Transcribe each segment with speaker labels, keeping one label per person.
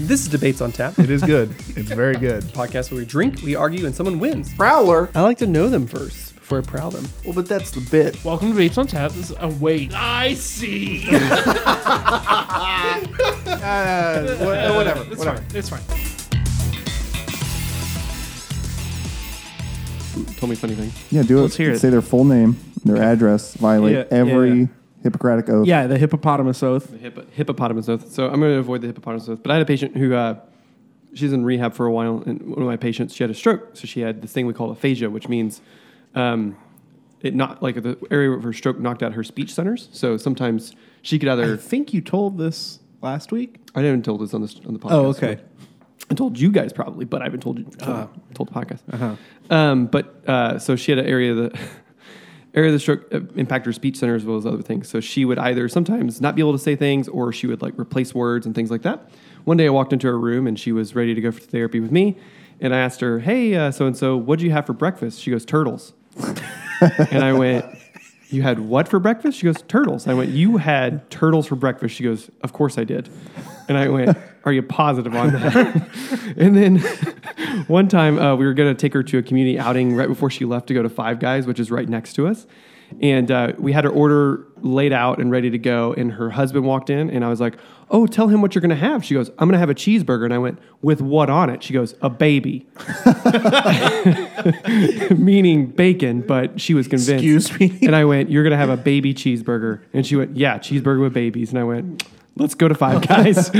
Speaker 1: This is Debates on Tap,
Speaker 2: It is good. It's very good.
Speaker 1: a podcast where we drink, we argue, and someone wins.
Speaker 2: Prowler.
Speaker 1: I like to know them first before I prowl them.
Speaker 2: Well, but that's the bit.
Speaker 3: Welcome to Babes on Tap. This is, oh, wait. I see.
Speaker 2: Uh, wha- whatever.
Speaker 3: It's
Speaker 2: Whatever.
Speaker 3: fine. It's fine.
Speaker 1: Tell me funny thing.
Speaker 4: Yeah, do it.
Speaker 5: Let's hear it.
Speaker 4: Say their full name, their address, violate
Speaker 5: Yeah,
Speaker 4: every
Speaker 5: yeah.
Speaker 4: Hippocratic oath.
Speaker 5: Yeah, the hippopotamus oath.
Speaker 6: Hippo- hippopotamus oath. So I'm going to avoid the hippopotamus oath. But I had a patient who, uh, she's in rehab for a while, and one of my patients, she had a stroke. So she had this thing we call aphasia, which means um, it not like the area of her stroke knocked out her speech centers. So sometimes she could
Speaker 5: I
Speaker 6: either.
Speaker 5: think you told this last week.
Speaker 6: I haven't told this on this on the podcast.
Speaker 5: Oh, okay.
Speaker 6: I told you guys probably, but I haven't told you. told the podcast. Um, but uh, so she had an area of the area of the stroke uh, impact her speech center as well as other things. So she would either sometimes not be able to say things, or she would like replace words and things like that. One day I walked into her room and she was ready to go for therapy with me, and I asked her, "Hey, so and so, what would you have for breakfast?" She goes, "Turtles," and I went. You had what for breakfast? She goes, turtles. I went, You had turtles for breakfast. She goes, Of course I did. And I went, Are you positive on that? and then one time uh, we were going to take her to a community outing right before she left to go to Five Guys, which is right next to us. And uh, we had her order laid out and ready to go. And her husband walked in, and I was like, Oh, tell him what you're going to have. She goes, I'm going to have a cheeseburger. And I went, With what on it? She goes, A baby. Meaning bacon, but she was convinced.
Speaker 5: Excuse me?
Speaker 6: And I went, You're going to have a baby cheeseburger. And she went, Yeah, cheeseburger with babies. And I went, Let's go to Five Guys.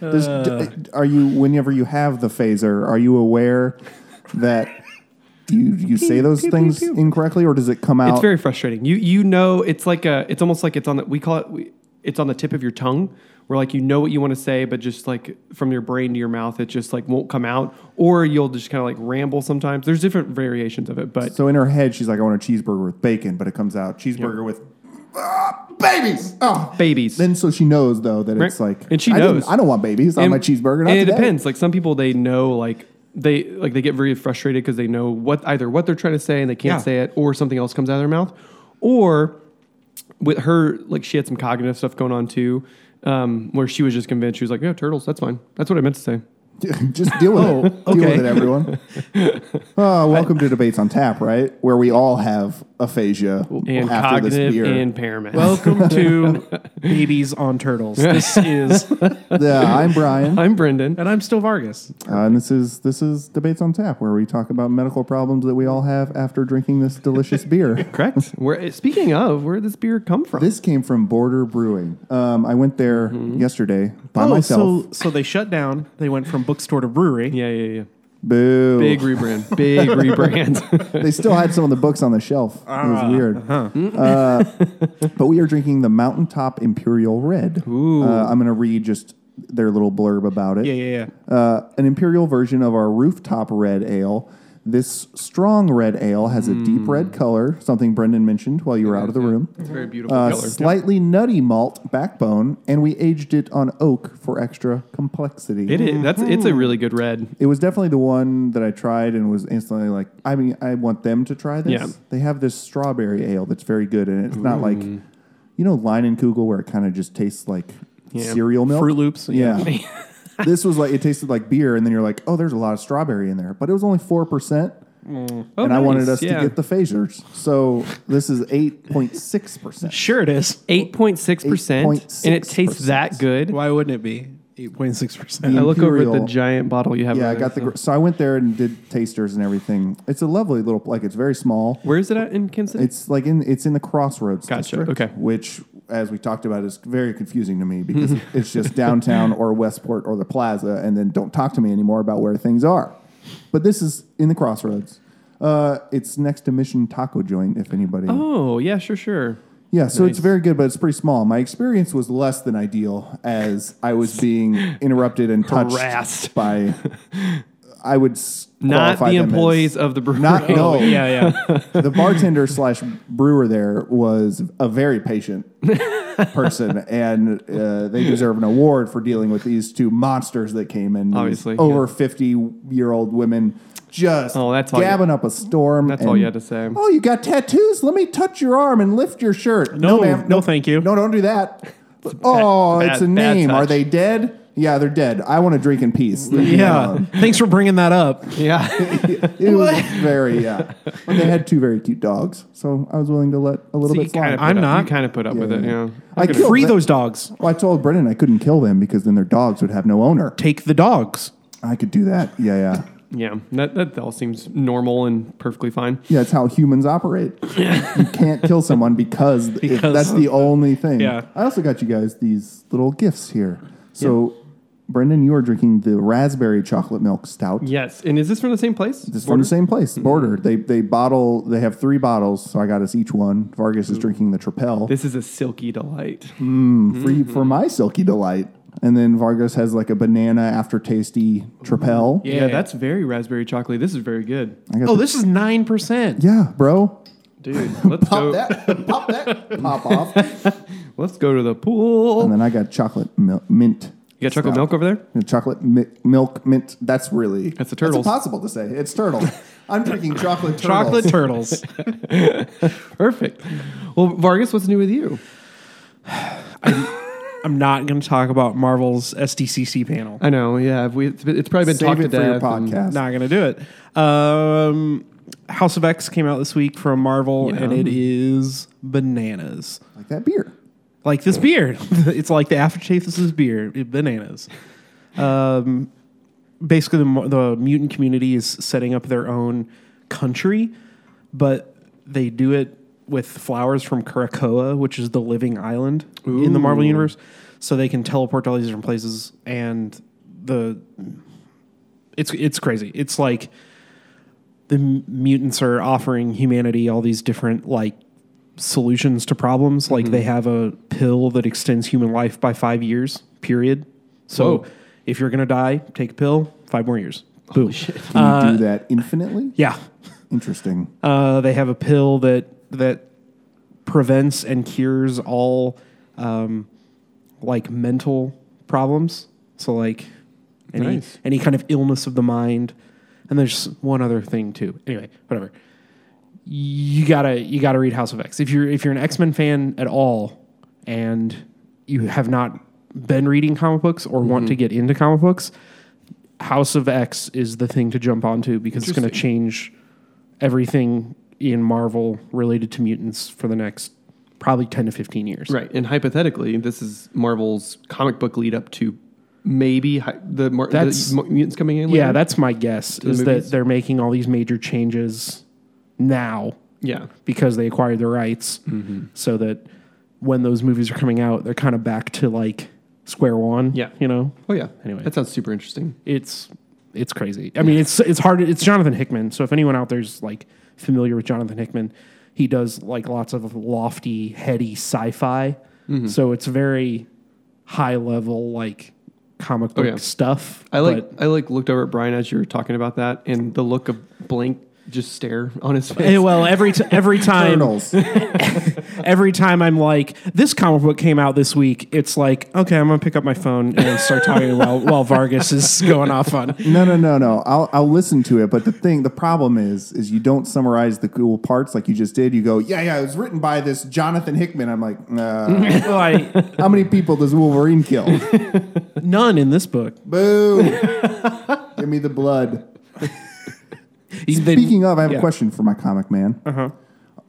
Speaker 4: Does, d- uh, are you? Whenever you have the phaser, are you aware that you you say those things incorrectly, or does it come out?
Speaker 6: It's very frustrating. You you know it's like a it's almost like it's on the we call it we, it's on the tip of your tongue where like you know what you want to say but just like from your brain to your mouth it just like won't come out or you'll just kind of like ramble sometimes. There's different variations of it, but
Speaker 4: so in her head, she's like, "I want a cheeseburger with bacon," but it comes out cheeseburger with ah, babies. Oh.
Speaker 6: babies.
Speaker 4: Then so she knows though that it's
Speaker 6: Right.
Speaker 4: like,
Speaker 6: And she
Speaker 4: I didn't-
Speaker 6: knows.
Speaker 4: I don't want babies on
Speaker 6: And-
Speaker 4: my cheeseburger. Not
Speaker 6: and it
Speaker 4: today.
Speaker 6: depends. Like some people they know like they like they get very frustrated because they know what either what they're trying to say and they can't
Speaker 5: Yeah.
Speaker 6: say it or something else comes out of their mouth or with her, like she had some cognitive stuff going on too, um, where she was just convinced she was like, "Yeah, turtles, that's fine. That's what I meant to say."
Speaker 4: Just deal with it.
Speaker 6: Oh,
Speaker 4: Deal
Speaker 5: okay.
Speaker 4: with it, everyone. Uh, welcome to Debates on Tap, right? Where we all have aphasia
Speaker 6: And
Speaker 4: after this
Speaker 6: cognitive
Speaker 4: beer.
Speaker 6: impairment.
Speaker 5: Welcome to Babies on Turtles. This is,
Speaker 4: yeah, I'm Brian, uh,
Speaker 6: I'm Brendan.
Speaker 5: and I'm still Vargas.
Speaker 4: and this is this is Debates on Tap, where we talk about medical problems that we all have after drinking this delicious beer.
Speaker 6: Correct. Where speaking of, where did this beer come from?
Speaker 4: This came from Border Brewing. Um, I went there
Speaker 6: Mm-hmm.
Speaker 4: yesterday
Speaker 6: Oh,
Speaker 4: by myself.
Speaker 5: so so they shut down. They went from bookstore to brewery.
Speaker 6: yeah, yeah, yeah.
Speaker 4: Boo!
Speaker 6: Big rebrand. Big rebrand.
Speaker 4: they still had some of the books on the shelf. it was weird. uh but we are drinking the Mountaintop Imperial Red. Uh, I'm going to read just their little blurb about it.
Speaker 5: yeah, yeah. yeah.
Speaker 4: Uh, an imperial version of our rooftop red ale. This strong red ale has a deep red color, something Brendan mentioned while you were out of the room.
Speaker 6: it's very beautiful
Speaker 4: Uh,
Speaker 6: color.
Speaker 4: slightly nutty malt backbone, and we aged it on oak for extra complexity.
Speaker 6: It is. That's. It's a really good red.
Speaker 4: It was definitely the one that I tried and was instantly like, I mean, I want them to try this.
Speaker 6: Yeah.
Speaker 4: They have this strawberry ale that's very good, and it's not like, you know, Line and Kugel, where it kind of just tastes like cereal milk.
Speaker 5: Fruit Loops.
Speaker 4: Yeah. this was like, it tasted like beer, and then you're like, oh, there's a lot of strawberry in there, but it was only 4%.
Speaker 6: Oh,
Speaker 4: and I wanted
Speaker 6: nice.
Speaker 4: us
Speaker 6: Yeah.
Speaker 4: to get the phasers. So this is 8.6%.
Speaker 5: Sure it is.
Speaker 6: 8.6%. And it tastes
Speaker 4: 8.6%.
Speaker 6: that good.
Speaker 5: Why wouldn't it be? 8.6%.
Speaker 6: I look over at
Speaker 4: Imperial.
Speaker 6: the giant bottle you have.
Speaker 4: Yeah,
Speaker 6: over there,
Speaker 4: I got the.
Speaker 6: so.
Speaker 4: Gr- so I went there and did tasters and everything. It's a lovely little. Like it's very small.
Speaker 6: Where is it at in Kansas City?
Speaker 4: It's like in it's in the crossroads
Speaker 6: Gotcha,
Speaker 4: district,
Speaker 6: okay.
Speaker 4: which, as we talked about, is very confusing to me because
Speaker 6: Mm-hmm.
Speaker 4: it's just downtown or Westport or the Plaza, and then don't talk to me anymore about where things are. But this is in the crossroads. Uh, it's next to Mission Taco Joint, if anybody.
Speaker 6: oh, yeah, sure, sure.
Speaker 4: yeah, so it's very good, but it's pretty small. My experience was less than ideal as I was being interrupted and touched
Speaker 6: Harassed.
Speaker 4: by. I would s-
Speaker 6: Not
Speaker 4: qualify
Speaker 6: the
Speaker 4: them as-
Speaker 6: employees of the brewery.
Speaker 4: Not no.
Speaker 5: Oh, yeah, yeah.
Speaker 4: The bartender slash brewer there was a very patient person, and uh, they deserve an award for dealing with these two monsters that came in. These
Speaker 6: Obviously,
Speaker 4: over
Speaker 6: yeah.
Speaker 4: fifty year old women just
Speaker 6: Oh, that's all you-
Speaker 4: gabbing up a storm.
Speaker 6: That's all
Speaker 4: and,
Speaker 6: you had to say.
Speaker 4: Oh, you got tattoos? Let me touch your arm and lift your shirt.
Speaker 5: No, no, thank you.
Speaker 4: No, don't do that. oh,
Speaker 6: bad-
Speaker 4: it's a
Speaker 6: bad
Speaker 4: name. Are
Speaker 6: touch.
Speaker 4: they dead? Yeah, they're dead. I want to drink in peace. Leave me
Speaker 5: Yeah.
Speaker 4: alone.
Speaker 5: Thanks for bringing that up.
Speaker 6: Yeah.
Speaker 4: It was very yeah. But they had two very cute dogs, so I was willing to let a little
Speaker 6: You
Speaker 4: bit slide.
Speaker 6: kinda put
Speaker 5: I'm
Speaker 6: up-
Speaker 5: not.
Speaker 6: You kind of put up with it. Yeah.
Speaker 4: I killed
Speaker 5: Free
Speaker 4: the-
Speaker 5: those dogs.
Speaker 4: Well, I told Brennan I couldn't kill them because then their dogs would have no owner.
Speaker 5: Take the dogs.
Speaker 4: I could do that. Yeah, yeah,
Speaker 6: Yeah. That that all seems normal and perfectly fine.
Speaker 4: yeah. It's how humans operate. you can't kill someone because, if
Speaker 5: Because-
Speaker 4: that's the only thing.
Speaker 5: Yeah.
Speaker 4: I also got you guys these little gifts here. So, Brendan, you are drinking the raspberry chocolate milk stout.
Speaker 6: Yes. And is this from the same place?
Speaker 4: It's from the same place, Border. They they bottle. They have three bottles, so I got us each one. Vargas is drinking the Trapel.
Speaker 6: This is a silky delight.
Speaker 4: for, for
Speaker 6: Mm-hmm.
Speaker 4: my silky delight. And then Vargas has like a banana aftertasty trapel.
Speaker 6: Yeah. that's very raspberry chocolate. This is very good.
Speaker 4: I got
Speaker 5: Oh,
Speaker 4: the-
Speaker 5: this is 9%.
Speaker 4: yeah, bro.
Speaker 6: Dude, let's go.
Speaker 4: Pop that, pop that, pop off. And
Speaker 6: Let's go to the pool.
Speaker 4: then I got chocolate mil- mint.
Speaker 6: You got chocolate
Speaker 4: Stout.
Speaker 6: milk over there?
Speaker 4: And chocolate mi- milk mint. That's really
Speaker 6: That's a turtles.
Speaker 4: impossible to say. It's turtle. I'm drinking chocolate turtles.
Speaker 5: Chocolate turtles.
Speaker 6: Perfect. Well, Vargas, what's new with you?
Speaker 5: I'm not going to talk about Marvel's SDCC panel.
Speaker 6: I know. Yeah, we, it's, been- it's probably been
Speaker 4: Save
Speaker 6: talked
Speaker 4: it
Speaker 6: to
Speaker 4: for your
Speaker 6: death and-
Speaker 4: podcast.
Speaker 5: Not going to do it. Um, House of X came out this week from Marvel, and it is bananas.
Speaker 4: Like that beer.
Speaker 5: Like this beer. it's like the aftertaste of this beer. It- bananas. Um, basically, the, mu- the mutant community is setting up their own country, but they do it with flowers from Krakoa, which is the living island in the Marvel universe. So they can teleport to all these different places, and the it's it's crazy. It's like the m- mutants are offering humanity all these different like solutions to problems. Like they have a pill that extends human life by five years. Period. So
Speaker 6: Whoa.
Speaker 5: if you're gonna die, take a pill. Five more years. Boom.
Speaker 4: Can you
Speaker 6: Uh,
Speaker 4: do that infinitely?
Speaker 5: Yeah.
Speaker 4: Interesting.
Speaker 5: Uh, they have a pill that that prevents and cures all um, like mental problems. So like any
Speaker 6: Nice.
Speaker 5: any kind of illness of the mind. And there's one other thing too. Anyway, whatever. You gotta you gotta read House of X if you're if you're an X Men fan at all, and you have not been reading comic books or want to get into comic books. House of X is the thing to jump onto because it's going to change everything in Marvel related to mutants for the next probably 10 to 15 years.
Speaker 6: Right. And hypothetically, this is Marvel's comic book lead up to maybe hi- the, Mar-
Speaker 5: That's-
Speaker 6: the mu- mutants coming in.
Speaker 5: Yeah,
Speaker 6: later?
Speaker 5: that's my guess
Speaker 6: the
Speaker 5: is that
Speaker 6: movies?
Speaker 5: they're making all these major changes now
Speaker 6: yeah.
Speaker 5: because they acquired the rights
Speaker 6: Mm-hmm.
Speaker 5: so that when those movies are coming out, they're kind of back to like square one.
Speaker 6: Yeah.
Speaker 5: You know,
Speaker 6: Oh yeah.
Speaker 5: Anyway.
Speaker 6: that sounds super interesting.
Speaker 5: it's it's crazy. I mean, it's it's hard. It's Jonathan Hickman. So if anyone out there's like familiar with Jonathan Hickman, he does like lots of lofty, heady sci-fi.
Speaker 6: Mm-hmm.
Speaker 5: So it's very high level like comic book
Speaker 6: Oh, yeah.
Speaker 5: stuff.
Speaker 6: I like
Speaker 5: but-
Speaker 6: I like looked over at Brian as you were talking about that, and the look of blank just stare on his face.
Speaker 5: Eh, well, every t- every time
Speaker 4: Turtles.
Speaker 5: every time I'm like, this comic book came out this week. It's like, okay, I'm gonna pick up my phone and start talking while while Vargas is going off on.
Speaker 4: No, no, no, no. I'll I'll listen to it, but the thing, the problem is, is you don't summarize the cool parts like you just did. You go, yeah, yeah, it was written by this Jonathan Hickman. I'm like, uh,
Speaker 5: Like
Speaker 4: how many people does Wolverine kill?
Speaker 5: none in this book.
Speaker 4: Boo! Give me the blood. Speaking of, I have a
Speaker 5: yeah.
Speaker 4: question for my comic man. Uh-huh.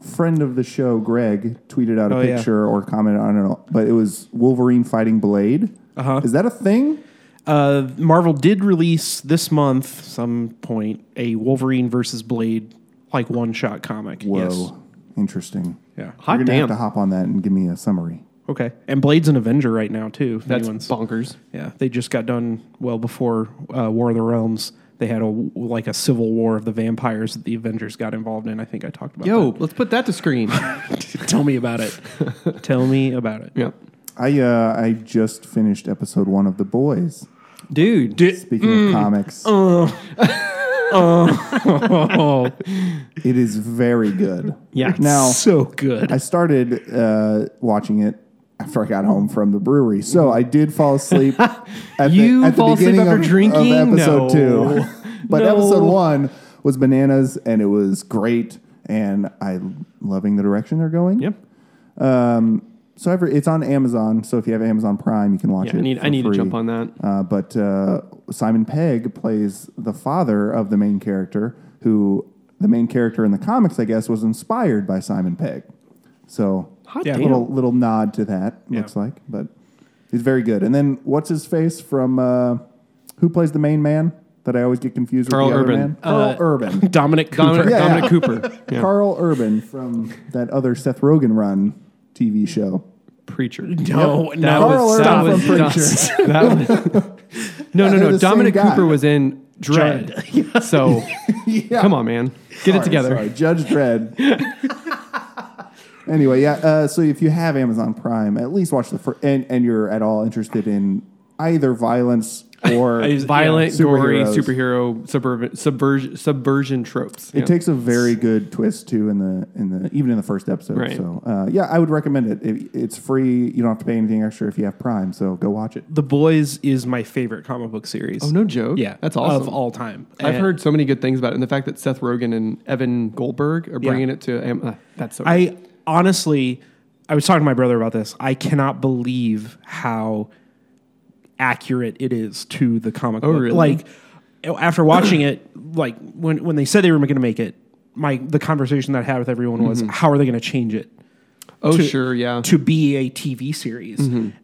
Speaker 4: Friend of the show, Greg, tweeted out a
Speaker 5: Oh, yeah.
Speaker 4: picture or commented on it, but it was Wolverine fighting Blade. Uh-huh. Is that a thing?
Speaker 5: Uh, Marvel did release this month, some point, a Wolverine versus Blade like one shot comic.
Speaker 4: Whoa,
Speaker 5: Yes.
Speaker 4: interesting.
Speaker 5: Yeah.
Speaker 4: You're
Speaker 6: hot
Speaker 4: gonna
Speaker 6: damn,
Speaker 4: have to hop on that and give me a summary.
Speaker 5: Okay. And Blade's an Avenger right now too. if
Speaker 6: that's
Speaker 5: anyone's-
Speaker 6: bonkers.
Speaker 5: yeah. They just got done well before uh, War of the Realms. They had a like a civil war of the vampires that the Avengers got involved in. I think I talked about.
Speaker 6: Yo, let's put that to screen.
Speaker 5: that. tell me about it. tell me about it.
Speaker 6: yeah,
Speaker 4: I uh, I just finished episode one of The Boys.
Speaker 6: dude.
Speaker 4: Speaking
Speaker 6: Mm.
Speaker 4: of comics,
Speaker 5: Oh,
Speaker 4: it is very good.
Speaker 5: yeah.
Speaker 4: Now
Speaker 5: so good.
Speaker 4: I started uh, watching it after I got home from the brewery, so I did fall asleep. At
Speaker 6: You fall asleep
Speaker 4: beginning
Speaker 6: after drinking?
Speaker 4: Of
Speaker 6: No.
Speaker 4: episode two, but episode one was bananas, and it was great, and I loving the direction they're going.
Speaker 6: Yep.
Speaker 4: So every, it's on Amazon. So if you have Amazon Prime, you can watch
Speaker 6: Yeah,
Speaker 4: it.
Speaker 6: I need
Speaker 4: for
Speaker 6: I need
Speaker 4: free.
Speaker 6: to jump on that.
Speaker 4: Uh, but uh, Simon Pegg plays the father of the main character, who the main character in the comics, I guess, was inspired by Simon Pegg. So
Speaker 6: Hot
Speaker 5: Yeah.
Speaker 6: damn.
Speaker 4: little little nod to that looks like, but he's very good. And then what's his face from uh, who plays the main man that I always get confused
Speaker 6: Carl
Speaker 4: with the
Speaker 6: Urban.
Speaker 4: other man? Carl Urban.
Speaker 5: Dominic Cooper.
Speaker 6: Dominic,
Speaker 4: Yeah,
Speaker 6: Dominic
Speaker 4: yeah.
Speaker 6: Cooper, yeah.
Speaker 4: Carl Urban from that other Seth Rogen run TV show.
Speaker 6: preacher.
Speaker 5: No,
Speaker 6: That
Speaker 5: no.
Speaker 4: Carl
Speaker 6: was,
Speaker 4: Urban
Speaker 6: that
Speaker 4: from
Speaker 6: was,
Speaker 4: Preacher.
Speaker 6: that was- no, no,
Speaker 4: they're
Speaker 6: no.
Speaker 4: the same
Speaker 6: Dominic
Speaker 4: guy.
Speaker 6: Cooper was in Dread. so
Speaker 4: Yeah.
Speaker 6: come on, man, get it
Speaker 4: Sorry,
Speaker 6: together.
Speaker 4: Sorry, Judge Dredd. anyway, yeah. Uh, so if you have Amazon Prime, at least watch the fir- and and you're at all interested in either violence or
Speaker 6: Violent, gory,
Speaker 4: Superheroes.
Speaker 6: superhero, suburban, subversion, subversion tropes.
Speaker 4: It takes a very good twist too in the in the even in the first episode.
Speaker 6: Right.
Speaker 4: So uh, yeah, I would recommend it. it. It's free. You don't have to pay anything extra if you have Prime. So go watch it.
Speaker 5: The Boys is my favorite comic book series.
Speaker 6: Oh no joke.
Speaker 5: Yeah,
Speaker 6: that's awesome.
Speaker 5: Of all time,
Speaker 6: I've
Speaker 5: And
Speaker 6: heard so many good things about it, and the fact that Seth Rogen and Evan Goldberg are bringing it to Am- uh, that's so.
Speaker 5: I honestly, I was talking to my brother about this. I cannot believe how accurate it is to the comic book.
Speaker 6: Oh, really?
Speaker 5: Like after watching it, like when when they said they were going to make it, my the conversation that I had with everyone
Speaker 6: Mm-hmm.
Speaker 5: was, how are they going to change it?
Speaker 6: oh
Speaker 5: to-
Speaker 6: sure, yeah.
Speaker 5: to be a TV series.
Speaker 6: Mm-hmm.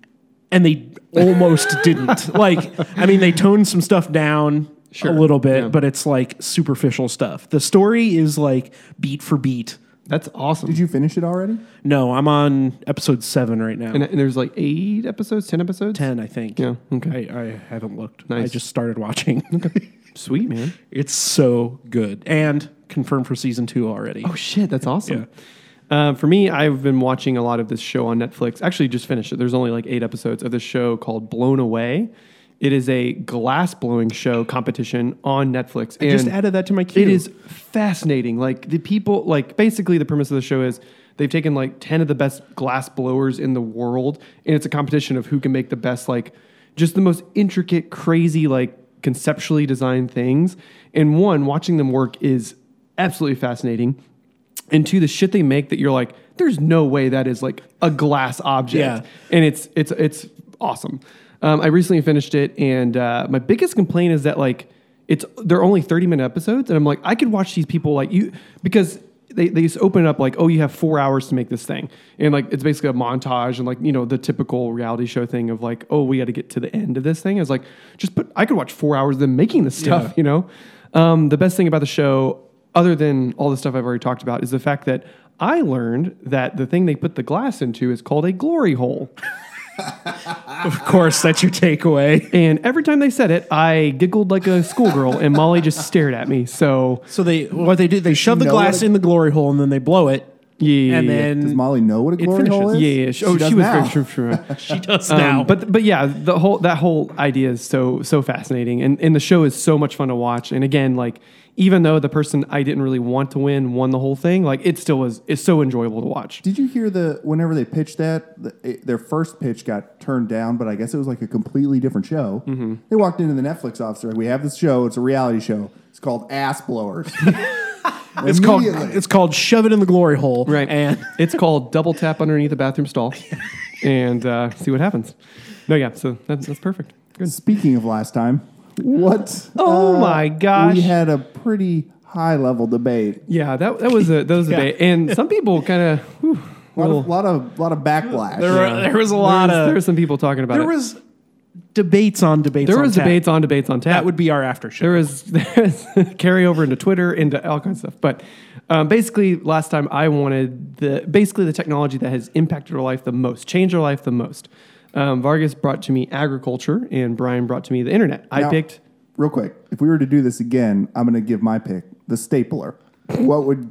Speaker 5: And they almost didn't. Like, I mean, they toned some stuff down
Speaker 6: Sure,
Speaker 5: a little bit,
Speaker 6: yeah.
Speaker 5: but it's like superficial stuff. The story is like beat for beat.
Speaker 6: that's awesome.
Speaker 4: Did you finish it already?
Speaker 5: No, I'm on episode seven right now.
Speaker 6: and, and there's like eight episodes, ten episodes.
Speaker 5: Ten, I think.
Speaker 6: Yeah, okay.
Speaker 5: I, I haven't looked. I
Speaker 6: Nice.
Speaker 5: just started watching.
Speaker 6: Sweet man.
Speaker 5: it's so good. And confirmed for season two already.
Speaker 6: Oh shit, that's awesome. Uh, for me, I've been watching a lot of this show on Netflix. Actually, just finished it. There's only like eight episodes of this show called Blown Away. It is a glass blowing show competition on Netflix. And
Speaker 5: just added that to my queue.
Speaker 6: It is fascinating. Like the people, like basically the premise of the show is they've taken like ten of the best glass blowers in the world, and it's a competition of who can make the best, like just the most intricate, crazy, like conceptually designed things. And one, watching them work is absolutely fascinating. And two, the shit they make that you're like, there's no way that is like a glass object
Speaker 5: Yeah.
Speaker 6: and it's it's it's awesome. Um, I recently finished it, and uh, my biggest complaint is that like it's they're only thirty minute episodes, and I'm like I could watch these people like you because. They, they just open it up like oh you have four hours to make this thing and like it's basically a montage and like you know the typical reality show thing of like oh we got to get to the end of this thing is like just put I could watch four hours of them making this stuff you know um, the best thing about the show other than all the stuff I've already talked about, is the fact that I learned that the thing they put the glass into is called a glory hole.
Speaker 5: Of course, that's your takeaway.
Speaker 6: And every time they said it, I giggled like a schoolgirl, and Molly just stared at me. So,
Speaker 5: So they what they do, they shove the
Speaker 4: know
Speaker 5: glass
Speaker 4: what a-
Speaker 5: in the glory hole and then they blow it.
Speaker 6: yeah.
Speaker 5: and
Speaker 4: Does
Speaker 5: then
Speaker 4: Molly know what a glory
Speaker 5: finishes.
Speaker 4: hole
Speaker 6: yeah,
Speaker 4: is?
Speaker 6: yeah, yeah. She, oh, she,
Speaker 4: does
Speaker 6: was
Speaker 4: now.
Speaker 6: very true. true.
Speaker 5: she does
Speaker 6: Um,
Speaker 5: now.
Speaker 6: but but yeah, the whole that whole idea is so so fascinating, and and the show is so much fun to watch. And again, like even though the person I didn't really want to win won the whole thing, like it still was it's so enjoyable to watch.
Speaker 4: Did you hear the whenever they pitched that the, it, their first pitch got turned down? But I guess it was like a completely different show.
Speaker 6: Mm-hmm.
Speaker 4: They walked into the Netflix office. they're like, We have this show. It's a reality show. It's called Ass Blowers.
Speaker 5: It's called
Speaker 4: Immediately.
Speaker 5: it's called shove it in the glory hole.
Speaker 6: Right.
Speaker 5: And
Speaker 6: it's called double tap underneath the bathroom stall and uh, see what happens. No, yeah, so that, that's perfect. Good.
Speaker 4: Speaking of last time, what?
Speaker 6: Oh
Speaker 4: uh,
Speaker 6: my gosh.
Speaker 4: We had a pretty high level debate.
Speaker 6: Yeah, that, that was a that was a day. And some people kind of
Speaker 4: A lot, of,
Speaker 6: Well-
Speaker 4: lot of lot of backlash.
Speaker 5: there, were, there was a lot
Speaker 6: there were
Speaker 5: of
Speaker 6: some people talking about
Speaker 5: there
Speaker 6: it.
Speaker 5: was debates on debates.
Speaker 6: there
Speaker 5: on
Speaker 6: was
Speaker 5: tap.
Speaker 6: debates on debates on tap.
Speaker 5: That would be our after show.
Speaker 6: there was there was carryover into Twitter into all kinds of stuff. But um, basically, last time I wanted the basically the technology that has impacted our life the most, changed our life the most. Um, Vargas brought to me agriculture, and Brian brought to me the internet. I
Speaker 4: Now-
Speaker 6: picked
Speaker 4: Real quick, if we were to do this again, I'm going to give my pick: the stapler. What would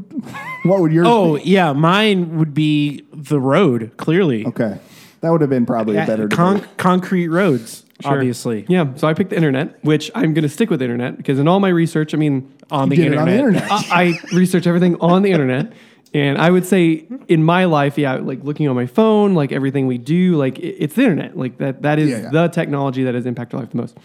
Speaker 4: what would your
Speaker 5: oh yeah, mine would be the road. Clearly,
Speaker 4: Okay, that would have been probably a
Speaker 5: Yeah,
Speaker 4: better
Speaker 5: con-
Speaker 4: debate.
Speaker 5: concrete roads.
Speaker 6: Sure.
Speaker 5: Obviously,
Speaker 6: Yeah, so I picked the internet, which I'm going to stick with the internet because in all my research, I mean,
Speaker 5: on the
Speaker 4: did it
Speaker 5: internet.
Speaker 4: on the internet. Uh,
Speaker 6: I, I research everything on the internet. And I would say in my life, yeah, like looking on my phone, like everything we do, like it- it's the internet. Like that, that is
Speaker 4: Yeah, yeah.
Speaker 6: the technology that has impacted our life the most.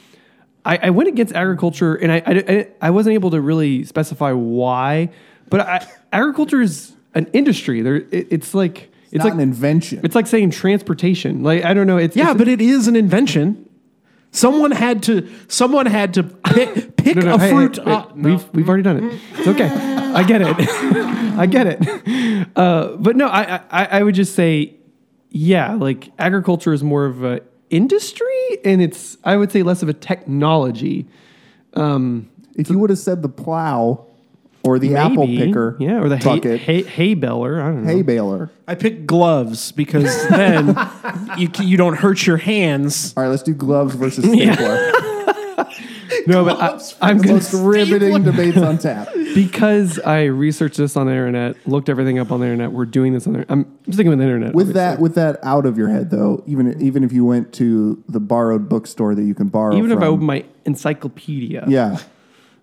Speaker 6: I, I went against agriculture and I, I, I- I wasn't able to really specify why, but I, agriculture is an industry. There, it, it's like, It's,
Speaker 4: not
Speaker 6: like
Speaker 4: an invention.
Speaker 6: it's like saying transportation. Like I don't know. It's
Speaker 5: Yeah,
Speaker 6: it's-
Speaker 5: but it is an invention. Someone had to. Someone had to pick, pick
Speaker 6: No, no,
Speaker 5: a
Speaker 6: hey, hey,
Speaker 5: fruit.
Speaker 6: hey,
Speaker 5: up.
Speaker 6: We've we've already done it. It's okay. I get it. I get it. Uh, but no, I, I- I I would just say, yeah, like agriculture is more of a industry, and it's I would say less of a technology. Um,
Speaker 4: if you would have said the plow or the apple
Speaker 6: maybe.
Speaker 4: picker,
Speaker 6: yeah, or the hay,
Speaker 4: bucket,
Speaker 6: hay hay beller. I don't know.
Speaker 4: hay baler.
Speaker 5: I picked gloves because then you c- you don't hurt your hands.
Speaker 4: All right, let's do gloves versus stapler.
Speaker 6: no, but I, I'm
Speaker 4: the
Speaker 6: gonna
Speaker 4: most riveting debates on tap.
Speaker 6: because I researched this on the internet, looked everything up on the internet. We're doing this on the. I'm sticking with the internet.
Speaker 4: With that, with that out of your head though, even even if you went to the borrowed bookstore that you can borrow,
Speaker 6: even if I
Speaker 4: from,
Speaker 6: open my encyclopedia,
Speaker 4: yeah,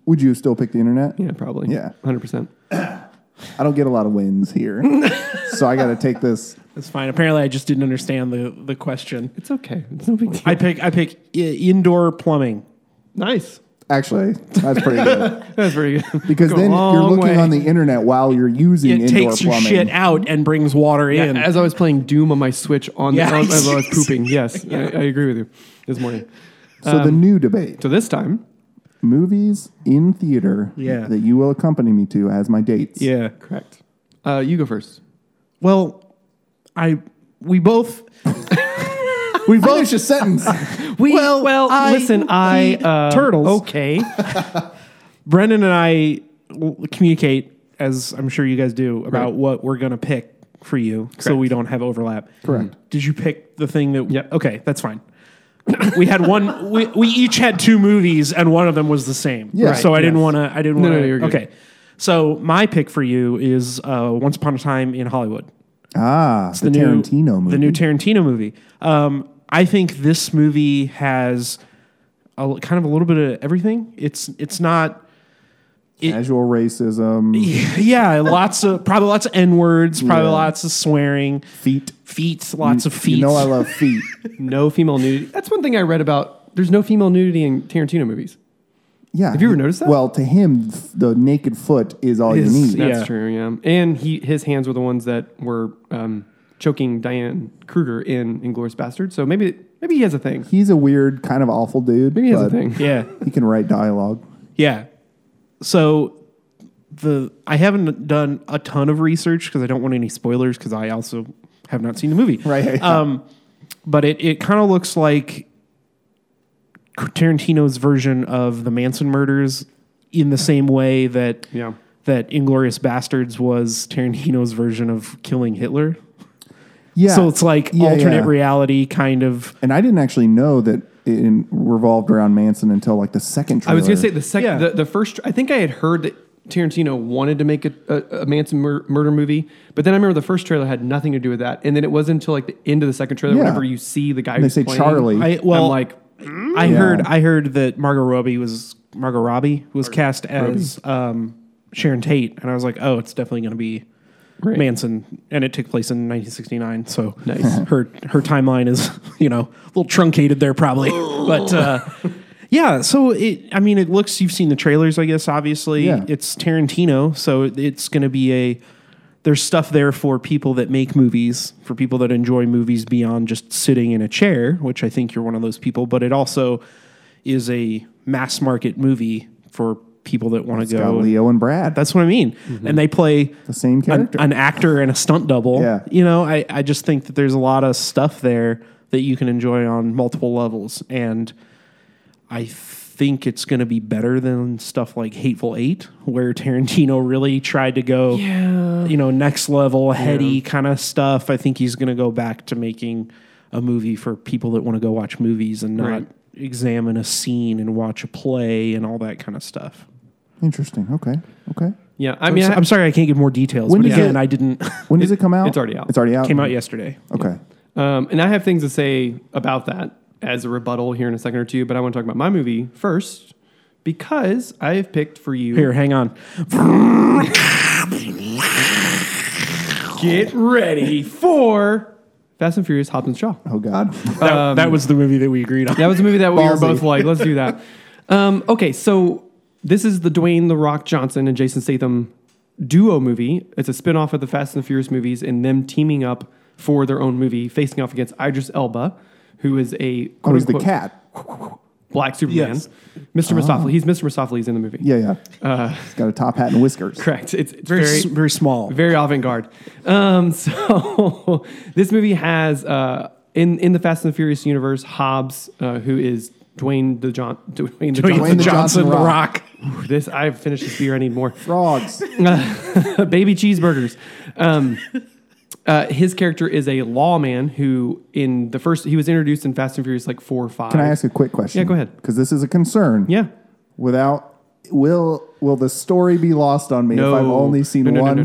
Speaker 4: would you still pick the internet?
Speaker 6: yeah, probably,
Speaker 4: Yeah.
Speaker 6: hundred percent.
Speaker 4: I don't get a lot of wins here, so I got to take this.
Speaker 5: That's fine. Apparently, I just didn't understand the the question.
Speaker 6: It's okay. It's no big deal.
Speaker 5: I pick I pick I- indoor plumbing.
Speaker 6: nice.
Speaker 4: Actually, that's pretty good
Speaker 6: That's very good.
Speaker 4: because
Speaker 6: Go a
Speaker 4: then you're
Speaker 6: long way.
Speaker 4: looking on the internet while you're using
Speaker 5: It
Speaker 4: indoor
Speaker 5: takes your
Speaker 4: plumbing.
Speaker 5: shit out and brings water
Speaker 6: Yeah,
Speaker 5: in.
Speaker 6: as I was playing Doom on my Switch on
Speaker 5: Yeah.
Speaker 6: the, on- as I was pooping. Yes, I, I agree with you. This morning.
Speaker 4: So the new debate:
Speaker 6: So this time,
Speaker 4: movies in theater
Speaker 5: Yeah.
Speaker 4: that you will accompany me to as my dates.
Speaker 5: yeah.
Speaker 6: correct. Uh, you go first.
Speaker 5: Well, I we both
Speaker 4: we finished a sentence.
Speaker 6: We,
Speaker 5: Well, I
Speaker 6: listen. I
Speaker 5: eat
Speaker 6: uh,
Speaker 5: turtles.
Speaker 6: Okay.
Speaker 5: Brendan and I l- communicate, as I'm sure you guys do, about
Speaker 6: Right.
Speaker 5: what we're going to pick for you so we don't have overlap. Correct. Did you pick the thing that.
Speaker 6: Yep.
Speaker 5: Okay, that's fine. we had one. We, we each had two movies, and one of them was the same.
Speaker 4: Yeah.
Speaker 5: So I didn't
Speaker 6: Yes.
Speaker 5: want to. I didn't
Speaker 6: No,
Speaker 5: want
Speaker 6: no, you're
Speaker 5: to.
Speaker 6: good.
Speaker 5: okay. So my pick for you is uh, Once Upon a Time in Hollywood
Speaker 4: Ah, the, Tarantino
Speaker 5: new,
Speaker 4: movie.
Speaker 5: The new Tarantino movie. Um, I think this movie has a, l- kind of a little bit of everything. It's it's not.
Speaker 4: casual racism,
Speaker 5: Yeah, lots of probably lots of n words, probably
Speaker 4: Yeah.
Speaker 5: lots of swearing,
Speaker 4: feet.
Speaker 5: feet, lots of feet.
Speaker 4: You know I love feet.
Speaker 6: No female nudity. That's one thing I read about. There's no female nudity in Tarantino movies.
Speaker 4: Yeah. Have
Speaker 6: you ever noticed that?
Speaker 4: Well, to him, f- the naked foot is all
Speaker 5: Is-
Speaker 4: you need.
Speaker 5: yeah.
Speaker 6: That's true. Yeah, and he his hands were the ones that were um, choking Diane Kruger in Inglorious Bastard. So maybe maybe he has a thing.
Speaker 4: He's a weird, kind of awful dude.
Speaker 6: Maybe he has a
Speaker 4: but
Speaker 6: thing.
Speaker 5: Yeah,
Speaker 4: He can write dialogue.
Speaker 5: yeah. So the I haven't done a ton of research because I don't want any spoilers because I also have not seen the movie.
Speaker 4: Right.
Speaker 5: Um, but it it kind of looks like Tarantino's version of the Manson murders in the same way that
Speaker 6: Yeah.
Speaker 5: that Inglorious Bastards was Tarantino's version of killing Hitler.
Speaker 4: Yeah.
Speaker 5: So it's like
Speaker 4: Yeah,
Speaker 5: alternate
Speaker 4: yeah.
Speaker 5: reality kind of
Speaker 4: And I didn't actually know that it in- revolved around Manson until like the second
Speaker 6: I
Speaker 4: trailer.
Speaker 6: was gonna say the second,
Speaker 5: Yeah.
Speaker 6: the, the first. I think I had heard that Tarantino wanted to make a, a, a Manson mur- murder movie, but then I remember the first trailer had nothing to do with that, and then it wasn't until like the end of the second trailer,
Speaker 4: Yeah.
Speaker 6: whenever you see the guy.
Speaker 4: they
Speaker 6: who's
Speaker 4: say
Speaker 6: playing,
Speaker 4: Charlie.
Speaker 5: I well
Speaker 6: I'm like,
Speaker 5: I
Speaker 4: Yeah.
Speaker 5: heard I heard that Margot Robbie was Margot Robbie was cast as um, Sharon Tate, and I was like, oh, it's definitely going to be
Speaker 6: Right.
Speaker 5: Manson, and it took place in 1969, so
Speaker 6: Nice.
Speaker 5: her her timeline is you know a little truncated there probably, but. Uh, Yeah, so it. I mean, it looks. You've seen the trailers, I guess. Obviously,
Speaker 4: Yeah.
Speaker 5: it's Tarantino, so it's going to be a. There's stuff there for people that make movies, for people that enjoy movies beyond just sitting in a chair, which I think you're one of those people. But it also is a mass market movie for people that want to
Speaker 4: Got
Speaker 5: go. and-
Speaker 4: Leo and Brad. That's
Speaker 5: that's what I mean. And they play
Speaker 4: the same
Speaker 5: an,
Speaker 4: character.
Speaker 5: an actor and a stunt double.
Speaker 4: Yeah.
Speaker 5: You know, I, I just think that there's a lot of stuff there that you can enjoy on multiple levels. And I think it's going to be better than stuff like Hateful Eight, where Tarantino really tried to go, you know, next level, heady kind of stuff. I think he's going to go back to making a movie for people that want to go watch movies and not
Speaker 6: Right.
Speaker 5: examine a scene and watch a play and all that kind of stuff.
Speaker 4: Interesting. Okay. Okay.
Speaker 6: yeah. I
Speaker 5: I
Speaker 6: mean,
Speaker 5: mean,
Speaker 6: I-
Speaker 5: I'm sorry I can't give more details,
Speaker 4: When
Speaker 5: but
Speaker 4: does
Speaker 5: again,
Speaker 4: it-
Speaker 5: I didn't.
Speaker 4: When does it, come out?
Speaker 6: it's already out.
Speaker 4: It's already out.
Speaker 5: came out yesterday.
Speaker 4: Okay.
Speaker 6: Um, and I have things to say about that as a rebuttal here in a second or two, but I want to talk about my movie first because I have picked for you.
Speaker 5: Here, hang on.
Speaker 6: get ready for Fast and Furious Hobbs and Shaw.
Speaker 4: Oh God.
Speaker 5: That,
Speaker 6: Um,
Speaker 5: that was the movie that we agreed on.
Speaker 6: That was a movie that we were
Speaker 4: Ballsy.
Speaker 6: both like, let's do that. Um, okay, so this is the Dwayne The Rock Johnson and Jason Statham duo movie. It's a spin off of the Fast and the Furious movies and them teaming up for their own movie, facing off against Idris Elba, who is a
Speaker 4: Oh, he's the
Speaker 6: quote-unquote,
Speaker 4: cat. Oh.
Speaker 6: black Superman,
Speaker 5: Yes.
Speaker 6: Mr. Mistopheles. He's Mr. Mistopheles in the movie.
Speaker 4: Yeah, yeah.
Speaker 6: Uh,
Speaker 4: he's got a top hat and whiskers.
Speaker 6: correct. It's, it's
Speaker 5: Very,
Speaker 6: very
Speaker 5: s- very small.
Speaker 6: very avant-garde. Um, so this movie has uh, in in the Fast and the Furious universe, Hobbs, uh, who is Dwayne the John, Dwayne the
Speaker 5: Dwayne
Speaker 6: Johnson.
Speaker 5: the Johnson, The Rock.
Speaker 6: This I finished this beer. I need more
Speaker 4: Frogs.
Speaker 6: baby cheeseburgers. Um, uh, his character is a lawman who, in the first, he was introduced in Fast and Furious like four or five.
Speaker 4: Can I ask a quick question?
Speaker 6: Yeah, go ahead.
Speaker 4: Because this is a concern.
Speaker 6: Yeah.
Speaker 4: Without will will the story be lost on me
Speaker 6: No,
Speaker 4: if I've only seen
Speaker 6: no, no, no,
Speaker 4: one
Speaker 6: no,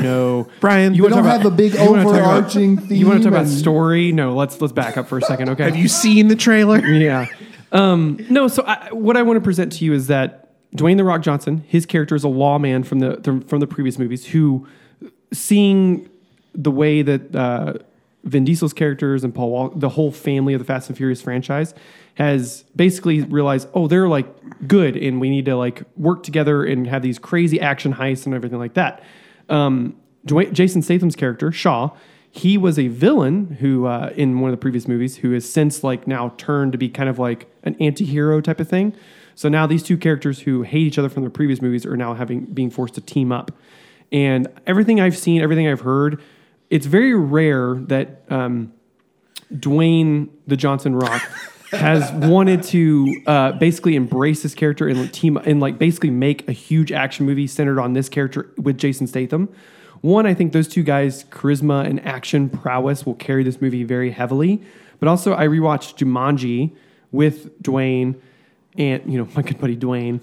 Speaker 6: No, no,
Speaker 5: Brian,
Speaker 6: You
Speaker 4: We
Speaker 6: wanna
Speaker 4: don't
Speaker 6: talk
Speaker 4: have
Speaker 6: about-
Speaker 4: a big
Speaker 6: you wanna talk about-
Speaker 4: overarching theme.
Speaker 6: You want to talk about
Speaker 4: and-
Speaker 6: story? No, let's let's back up for a second. Okay.
Speaker 5: have you seen the trailer?
Speaker 6: yeah. Um, no, so I, what I want to present to you is that Dwayne the Rock Johnson, his character is a lawman from the from the previous movies, who seeing the way that uh, Vin Diesel's characters and Paul Wal- the whole family of the Fast and Furious franchise has basically realized, oh, they're like good, and we need to like work together and have these crazy action heists and everything like that. Um, Dwayne, Jason Statham's character Shaw, he was a villain who uh, in one of the previous movies who has since like now turned to be kind of like an anti-hero type of thing. So now these two characters who hate each other from their previous movies are now having being forced to team up. And everything I've seen, everything I've heard, it's very rare that um, Dwayne the Johnson Rock has wanted to uh, basically embrace this character and team and like basically make a huge action movie centered on this character with Jason Statham. One, I think those two guys' charisma and action prowess will carry this movie very heavily. But also, I rewatched Jumanji with Dwayne and you know my good buddy Dwayne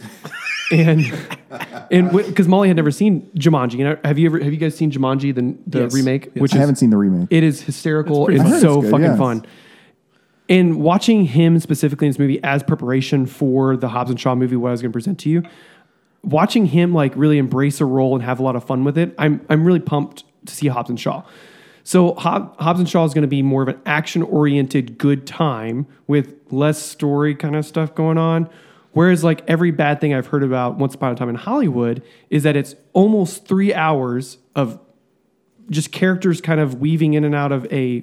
Speaker 6: and and because Molly had never seen Jumanji. And I, have you ever have you guys seen Jumanji the, the
Speaker 5: Yes.
Speaker 6: remake?
Speaker 5: Yes.
Speaker 6: Which
Speaker 4: I
Speaker 6: is
Speaker 4: haven't seen the remake.
Speaker 6: it is hysterical.
Speaker 5: pretty
Speaker 6: It's,
Speaker 4: fun. I heard
Speaker 6: so
Speaker 4: it's good,
Speaker 6: fucking
Speaker 4: yes.
Speaker 6: fun. And watching him specifically in this movie as preparation for the Hobbs and Shaw movie, what I was going to present to you, watching him like really embrace a role and have a lot of fun with it, I'm I'm really pumped to see Hobbs and Shaw. So Hob- Hobbs and Shaw is going to be more of an action oriented good time with less story kind of stuff going on. Whereas like every bad thing I've heard about Once Upon a Time in Hollywood is that it's almost three hours of just characters kind of weaving in and out of a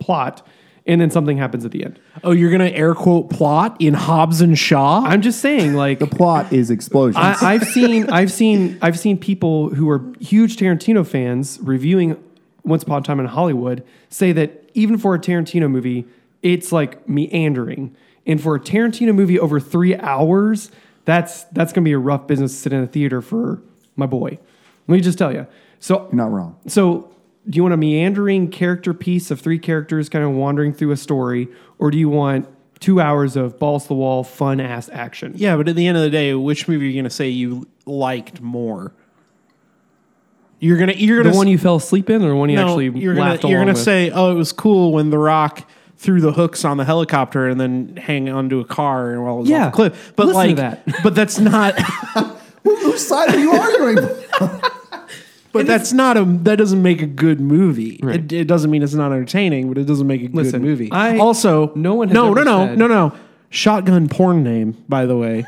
Speaker 6: plot, and then something happens at the end.
Speaker 5: Oh, you're gonna air quote plot in Hobbs and Shaw?
Speaker 6: I'm just saying, like
Speaker 4: Plot is explosions.
Speaker 6: I, I've seen, I've seen, I've seen people who are huge Tarantino fans reviewing Once Upon a Time in Hollywood say that even for a Tarantino movie, it's like meandering, and for a Tarantino movie over three hours, that's that's gonna be a rough business to sit in a theater for my boy. Let me just tell you. So
Speaker 4: You're not wrong.
Speaker 6: So, do you want a meandering character piece of three characters kind of wandering through a story, or do you want two hours of balls to the wall, fun ass action?
Speaker 5: yeah, but at the end of the day, which movie are you gonna say you liked more? You're gonna you're
Speaker 6: The
Speaker 5: gonna
Speaker 6: one you fell asleep in, or the one you
Speaker 5: no,
Speaker 6: actually
Speaker 5: you're gonna,
Speaker 6: laughed
Speaker 5: you're
Speaker 6: along
Speaker 5: gonna
Speaker 6: with?
Speaker 5: say, oh, it was cool when The Rock threw the hooks on the helicopter and then hang onto a car while it was
Speaker 6: Yeah.
Speaker 5: off the cliff. But
Speaker 6: Listen
Speaker 5: like
Speaker 6: to that.
Speaker 5: but that's not
Speaker 4: Whose side are you arguing?
Speaker 5: but that's not a that doesn't make a good movie. It, it doesn't mean it's not entertaining, but it doesn't make a
Speaker 6: Listen,
Speaker 5: good movie.
Speaker 6: I-
Speaker 5: also,
Speaker 6: no one has
Speaker 5: no,
Speaker 6: ever
Speaker 5: no, no,
Speaker 6: said-
Speaker 5: no, no. Shotgun porn name, by the way.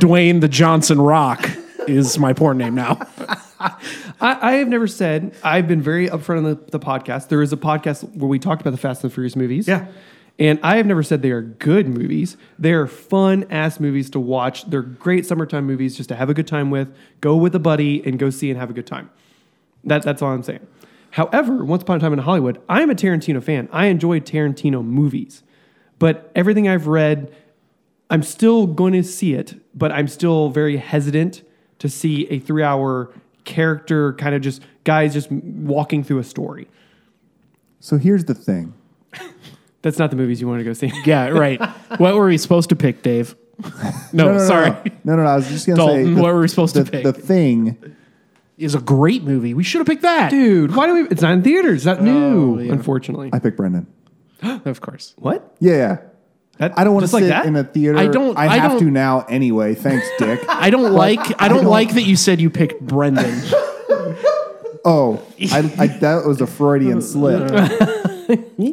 Speaker 5: Dwayne the Johnson Rock is my porn name now.
Speaker 6: I, I have never said. I've been very upfront on the, the podcast. There is a podcast where we talked about the Fast and the Furious movies.
Speaker 5: Yeah.
Speaker 6: And I have never said they are good movies. They are fun ass movies to watch. They're great summertime movies just to have a good time with. Go with a buddy and go see and have a good time. That, that's all I'm saying. However, Once Upon a Time in Hollywood, I am a Tarantino fan. I enjoy Tarantino movies. But everything I've read, I'm still going to see it, but I'm still very hesitant to see a three hour character kind of just guys just walking through a story.
Speaker 4: So here's the thing.
Speaker 6: That's not the movies you want to go see.
Speaker 5: yeah, right. What were we supposed to pick, Dave? No, sorry.
Speaker 4: No, no, no. I was just gonna
Speaker 5: Dalton,
Speaker 4: say
Speaker 5: what were we supposed to
Speaker 4: the-
Speaker 5: pick?
Speaker 4: The thing
Speaker 5: Is a great movie. We should have picked that.
Speaker 6: Dude, why do we? It's not in theaters. It's not new, unfortunately.
Speaker 4: Oh, I picked Brendan.
Speaker 5: Of course.
Speaker 6: what?
Speaker 4: Yeah, yeah.
Speaker 6: That-
Speaker 4: I don't want to
Speaker 6: just
Speaker 4: sit
Speaker 6: like that?
Speaker 4: in a theater.
Speaker 5: I don't-
Speaker 4: I
Speaker 5: I
Speaker 4: have
Speaker 5: don't-
Speaker 4: to now anyway. Thanks, Dick.
Speaker 5: I don't like I don't like that you said you picked Brendan.
Speaker 4: Oh, I, I, that was a Freudian slip.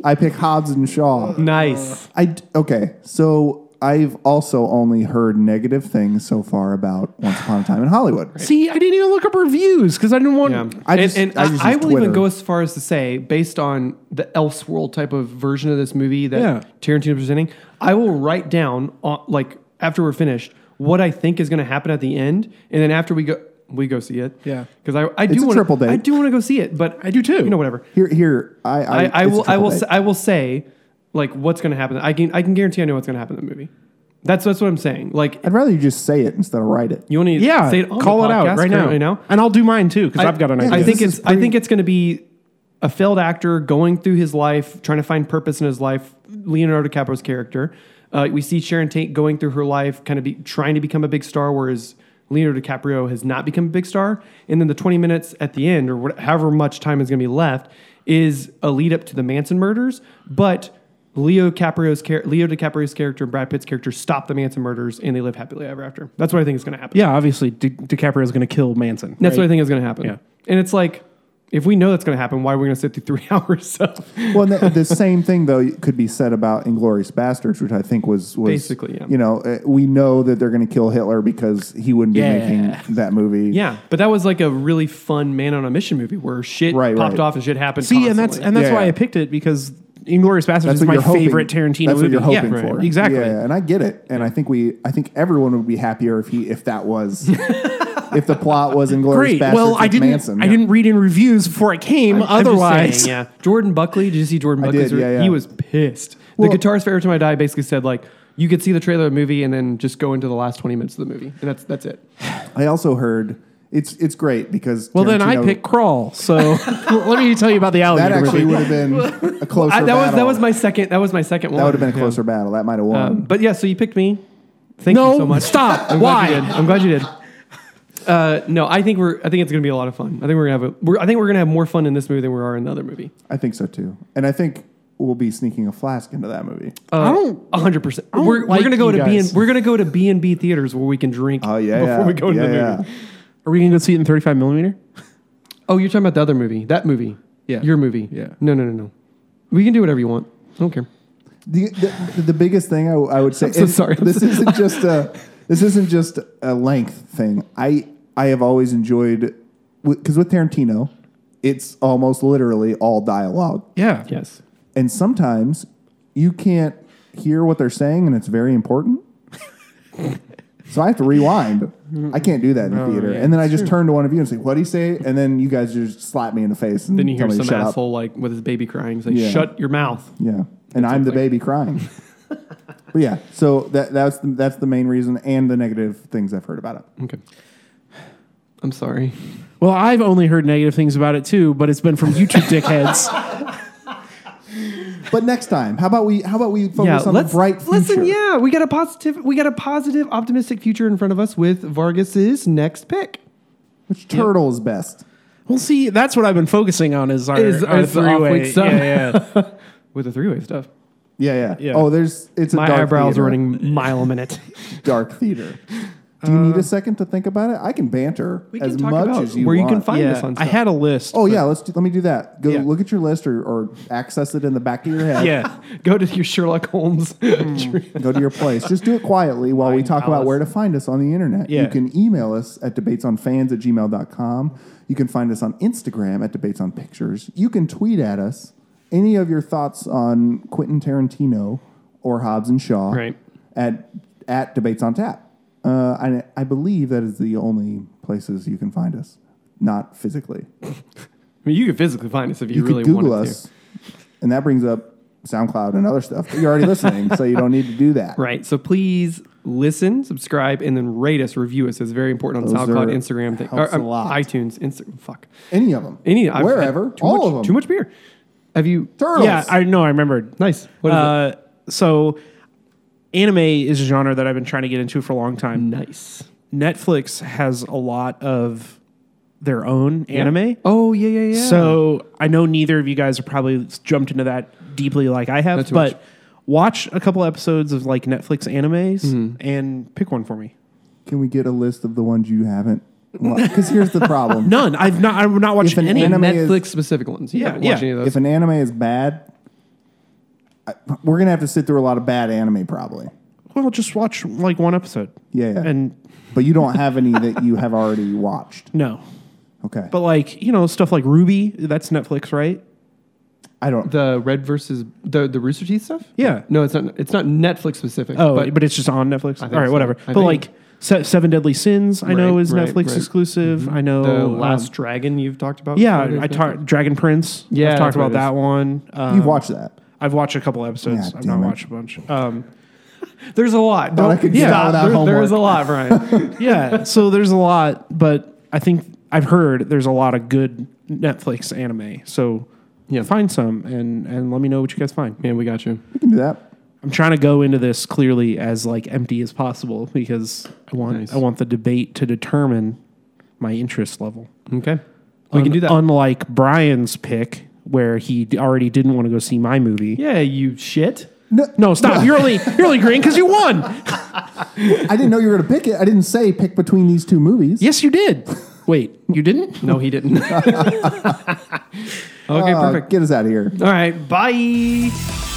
Speaker 4: I pick Hobbs and Shaw.
Speaker 6: Nice.
Speaker 4: I d- okay. So I've also only heard negative things so far about Once Upon a Time in Hollywood.
Speaker 5: See, I didn't even look up reviews because I didn't want.
Speaker 6: Yeah.
Speaker 4: I
Speaker 6: And-
Speaker 4: just-
Speaker 6: and,
Speaker 4: I
Speaker 6: I,
Speaker 4: just
Speaker 6: I
Speaker 4: use
Speaker 6: will
Speaker 4: Twitter.
Speaker 6: even go as far as to say, based on the Elseworld type of version of this movie that
Speaker 5: Yeah.
Speaker 6: Tarantino presenting, I will write down, on, like after we're finished, what I think is going to happen at the end, and then after we go, we go see it.
Speaker 5: Yeah.
Speaker 6: because I, I do
Speaker 4: It's a
Speaker 6: want
Speaker 4: triple date.
Speaker 6: I do want to go see it, but I do too. You know, whatever.
Speaker 4: Here, here, I, I,
Speaker 6: I, I
Speaker 4: it's
Speaker 6: will, I
Speaker 4: triple
Speaker 6: will,
Speaker 4: A.
Speaker 6: say, I will say, like what's going to happen. I can, I can guarantee I know what's going to happen in the movie. That's that's what I'm saying. Like
Speaker 4: I'd rather you just say it instead of write it.
Speaker 6: you want to
Speaker 5: Yeah,
Speaker 6: say it on the
Speaker 5: call it out
Speaker 6: podcast
Speaker 5: right now.
Speaker 6: currently now.
Speaker 5: and I'll do mine too because
Speaker 6: I-
Speaker 5: I've got an idea.
Speaker 6: I think
Speaker 4: This
Speaker 6: it's I think it's going to be a failed actor going through his life, trying to find purpose in his life. Leonardo DiCaprio's character. Uh, we see Sharon Tate going through her life, kind of be, trying to become a big star, whereas Leonardo DiCaprio has not become a big star. And then the 20 minutes at the end, or what, however much time is going to be left, is a lead up to the Manson murders. But Leo DiCaprio's char- Leo DiCaprio's character and Brad Pitt's character stop the Manson murders, and they live happily ever after. That's what I think is going to happen.
Speaker 5: yeah, obviously Di- DiCaprio is going to kill Manson.
Speaker 6: That's what I
Speaker 5: right?
Speaker 6: think is going to happen.
Speaker 5: Yeah.
Speaker 6: And it's like, if we know that's going to happen, why are we going to sit through three hours of?
Speaker 4: Well, the, the same thing though could be said about Inglorious Bastards, which I think was, was
Speaker 6: Basically, yeah.
Speaker 4: You know, uh, we know that they're going to kill Hitler because he wouldn't be
Speaker 5: Yeah.
Speaker 4: making that movie.
Speaker 6: Yeah. But that was like a really fun man on a mission movie where shit
Speaker 4: Right,
Speaker 6: popped
Speaker 4: right.
Speaker 6: off and shit happened.
Speaker 5: See, and that's
Speaker 6: constantly.
Speaker 5: and that's
Speaker 4: Yeah,
Speaker 5: why
Speaker 4: yeah.
Speaker 5: I picked it because Inglorious Bastards
Speaker 4: That's
Speaker 5: is
Speaker 4: what
Speaker 5: my
Speaker 4: you're hoping-
Speaker 5: favorite Tarantino
Speaker 4: That's
Speaker 5: movie.
Speaker 4: what you're hoping
Speaker 5: yeah,
Speaker 4: for,
Speaker 5: exactly.
Speaker 4: Yeah, and I get it, and I think we, I think everyone would be happier if he, if that was, if the plot was Inglorious
Speaker 5: Great.
Speaker 4: Bastards.
Speaker 5: Well, I
Speaker 4: with
Speaker 5: didn't.
Speaker 4: Manson.
Speaker 5: I
Speaker 4: Yeah.
Speaker 5: didn't read in reviews before I came.
Speaker 6: I'm just
Speaker 5: otherwise,
Speaker 6: saying, yeah. Jordan Buckley, did you see Jordan
Speaker 4: I
Speaker 6: Buckley's?
Speaker 4: did, yeah, yeah.
Speaker 6: He was pissed.
Speaker 4: Well-
Speaker 6: the guitarist for Every Time I Die basically said, like, you could see the trailer of the movie and then just go into the last 20 minutes of the movie. And that's that's it.
Speaker 4: I also heard it's it's great because
Speaker 5: well, then I
Speaker 4: Tarantino-
Speaker 5: picked Crawl. So let me tell you about the
Speaker 4: that
Speaker 5: alligator
Speaker 4: actually
Speaker 5: movie.
Speaker 4: would have been a closer.
Speaker 6: I, that was that
Speaker 4: battle.
Speaker 6: was my second that was my second one.
Speaker 4: That would have been a closer battle. That might have won.
Speaker 6: Um, but yeah, so you picked me. Thank
Speaker 5: No,
Speaker 6: you so much.
Speaker 5: stop.
Speaker 6: I'm
Speaker 5: Why?
Speaker 6: Glad you did. I'm glad you did. Uh, no, I think we're. I think it's going to be a lot of fun. I think we're gonna have. A, we're, I think we're gonna have more fun in this movie than we are in the other movie.
Speaker 4: I think so too, and I think we'll be sneaking a flask into that movie.
Speaker 6: Oh,
Speaker 5: I don't.
Speaker 6: hundred percent.
Speaker 5: don't
Speaker 6: We're,
Speaker 5: like
Speaker 6: we're gonna go
Speaker 5: you
Speaker 6: to B and
Speaker 5: guys.
Speaker 6: we're gonna go to B and B theaters where we can drink.
Speaker 4: Oh yeah,
Speaker 6: before
Speaker 4: yeah.
Speaker 6: we go into
Speaker 4: yeah,
Speaker 6: the
Speaker 4: yeah.
Speaker 6: movie.
Speaker 5: Are we gonna go see it in 35 millimeter?
Speaker 6: Oh, you're talking about the other movie, that movie.
Speaker 5: Yeah.
Speaker 6: your movie.
Speaker 5: Yeah.
Speaker 6: No, no, no, no. We can do whatever you want. I don't care.
Speaker 4: The, the, the biggest thing I, I would say.
Speaker 6: so
Speaker 4: and
Speaker 6: sorry. I'm
Speaker 4: This
Speaker 6: so-
Speaker 4: isn't just a this isn't just a length thing. I I have always enjoyed because with Tarantino, it's almost literally all dialogue,
Speaker 5: Yeah.
Speaker 6: Yes.
Speaker 4: and sometimes you can't hear what they're saying, and it's very important. so I have to rewind. I can't do that in the
Speaker 6: Oh,
Speaker 4: theater, and then I just turn to one of you and say, "What do you say?" And then you guys just slap me in the face. And
Speaker 6: Then you hear
Speaker 4: tell me to
Speaker 6: some
Speaker 4: shut up.
Speaker 6: asshole like with his baby crying. He's like,
Speaker 4: Yeah.
Speaker 6: "Shut your mouth."
Speaker 4: Yeah, and I'm the baby crying. but yeah, so that that's the, that's the main reason and the negative things I've heard about it.
Speaker 6: Okay. I'm sorry.
Speaker 5: Well, I've only heard negative things about it too, but it's been from YouTube dickheads.
Speaker 4: But next time, how about we how about we focus on the bright future?
Speaker 6: Listen, yeah, we got a positive, we got a positive, optimistic future in front of us with Vargas's next pick.
Speaker 4: Which turtle is best?
Speaker 5: well, see, that's what I've been focusing on is our,
Speaker 6: Is-
Speaker 5: our
Speaker 6: is the off-week
Speaker 5: three-way.
Speaker 6: stuff.
Speaker 5: Yeah, yeah.
Speaker 6: With the three-way stuff,
Speaker 4: Yeah, yeah,
Speaker 5: Yeah.
Speaker 4: Oh, there's it's a
Speaker 6: my
Speaker 4: dark
Speaker 6: eyebrows
Speaker 4: theater.
Speaker 6: are running mile a minute.
Speaker 4: dark theater. Do you need a second to think about it? I can banter as much as you
Speaker 6: where you can
Speaker 4: want.
Speaker 6: find
Speaker 5: Yeah,
Speaker 6: this on.
Speaker 5: I
Speaker 6: Stuff.
Speaker 5: had a list.
Speaker 4: Oh yeah, let's do, let me do that. Go
Speaker 5: Yeah.
Speaker 4: look at your list or, or access it in the back of your head.
Speaker 5: yeah.
Speaker 6: Go to your Sherlock Holmes.
Speaker 4: Hmm. go to your place. Just do it quietly while we talk about where to find us on the internet.
Speaker 5: Yeah.
Speaker 4: You can email us at debatesonfans at gmail.com. You can find us on Instagram at debatesonpictures. You can tweet at us any of your thoughts on Quentin Tarantino or Hobbs and Shaw
Speaker 6: Right.
Speaker 4: at, at debates on tap. Uh, I, I believe that is the only places you can find us, not physically.
Speaker 6: I mean, you can physically find us if you,
Speaker 4: You
Speaker 6: really
Speaker 4: could Google
Speaker 6: wanted
Speaker 4: us, and that brings up SoundCloud and other stuff. But you're already listening, so you don't need to do that.
Speaker 6: to. Right. So please listen, subscribe, and then rate us, review us. It's very important on
Speaker 4: Those
Speaker 6: SoundCloud,
Speaker 4: are-
Speaker 6: Instagram, thing,
Speaker 4: helps
Speaker 6: or, um,
Speaker 4: a lot.
Speaker 6: iTunes, Instagram. Fuck.
Speaker 4: Any of them.
Speaker 6: Any I've had
Speaker 4: wherever.
Speaker 6: Too
Speaker 4: All
Speaker 6: much,
Speaker 4: of them.
Speaker 6: Too much beer. Have you?
Speaker 4: turtles.
Speaker 5: Yeah, I know. I remembered.
Speaker 6: Nice. What is it?
Speaker 5: Uh, so, anime is a genre that I've been trying to get into for a long time.
Speaker 6: Nice.
Speaker 5: Netflix has a lot of their own anime.
Speaker 6: Oh yeah, yeah, yeah.
Speaker 5: So I know neither of you guys have probably jumped into that deeply like I have,
Speaker 6: Not too
Speaker 5: but
Speaker 6: much.
Speaker 5: watch a couple episodes of like Netflix animes
Speaker 6: Mm-hmm.
Speaker 5: and pick one for me.
Speaker 4: Can we get a list of the ones you haven't? Because here's the problem.
Speaker 5: None. I've not. I've not watched
Speaker 4: an
Speaker 5: any.
Speaker 4: anime- is-
Speaker 6: Netflix specific ones. You
Speaker 5: Yeah,
Speaker 6: haven't watched
Speaker 5: yeah.
Speaker 6: any of those.
Speaker 4: If an anime is bad, I, we're gonna have to sit through a lot of bad anime, probably.
Speaker 5: Well, just watch like one episode.
Speaker 4: Yeah, yeah.
Speaker 5: And
Speaker 4: But you don't have any that you have already watched.
Speaker 5: no.
Speaker 4: Okay.
Speaker 5: But like, you know, stuff like Ruby, that's Netflix, right?
Speaker 4: I don't.
Speaker 6: The Red versus the the Rooster Teeth stuff.
Speaker 5: Yeah.
Speaker 6: No, it's not. It's not Netflix specific.
Speaker 5: Oh,
Speaker 6: but,
Speaker 5: but, it's just on Netflix. All
Speaker 6: think
Speaker 5: right,
Speaker 6: so.
Speaker 5: whatever.
Speaker 6: I
Speaker 5: but
Speaker 6: think-
Speaker 5: like Se- Seven Deadly Sins, I know
Speaker 6: Right,
Speaker 5: is
Speaker 6: right,
Speaker 5: Netflix
Speaker 6: right. Mm-hmm.
Speaker 5: exclusive. I know
Speaker 6: the
Speaker 5: um,
Speaker 6: Last Dragon you've talked about.
Speaker 5: yeah,
Speaker 6: before?
Speaker 5: I tar- Dragon Prince.
Speaker 6: Yeah,
Speaker 5: I've
Speaker 6: that's
Speaker 5: talked
Speaker 6: what
Speaker 5: about
Speaker 6: it is.
Speaker 5: that one. Um,
Speaker 4: You've watched that.
Speaker 5: I've watched a couple episodes.
Speaker 4: Yeah,
Speaker 5: I've not
Speaker 4: damn it.
Speaker 5: watched a bunch. Um,
Speaker 6: There's a lot.
Speaker 4: Thought I could stop without
Speaker 6: there- there
Speaker 4: homework.
Speaker 6: is a lot, Brian.
Speaker 5: yeah, so there's a lot, but I think I've heard there's a lot of good Netflix anime. So
Speaker 6: Yeah.
Speaker 5: find some and and let me know what you guys find.
Speaker 6: Man, we got you.
Speaker 4: You can do that.
Speaker 5: I'm trying to go into this clearly as like empty as possible because I want
Speaker 6: Nice.
Speaker 5: I want the debate to determine my interest level.
Speaker 6: Okay, we can
Speaker 5: Un-
Speaker 6: do that.
Speaker 5: Unlike Brian's pick, where he d- already didn't want to go see my movie.
Speaker 6: yeah, you shit.
Speaker 5: No, stop! You're only you're only agreeing because you won.
Speaker 4: I didn't know you were going to pick it. I didn't say pick between these two movies.
Speaker 5: Yes, you did. Wait, you didn't?
Speaker 6: No, he didn't. okay,
Speaker 4: Uh,
Speaker 6: perfect.
Speaker 4: Get us out of here.
Speaker 6: All right, bye.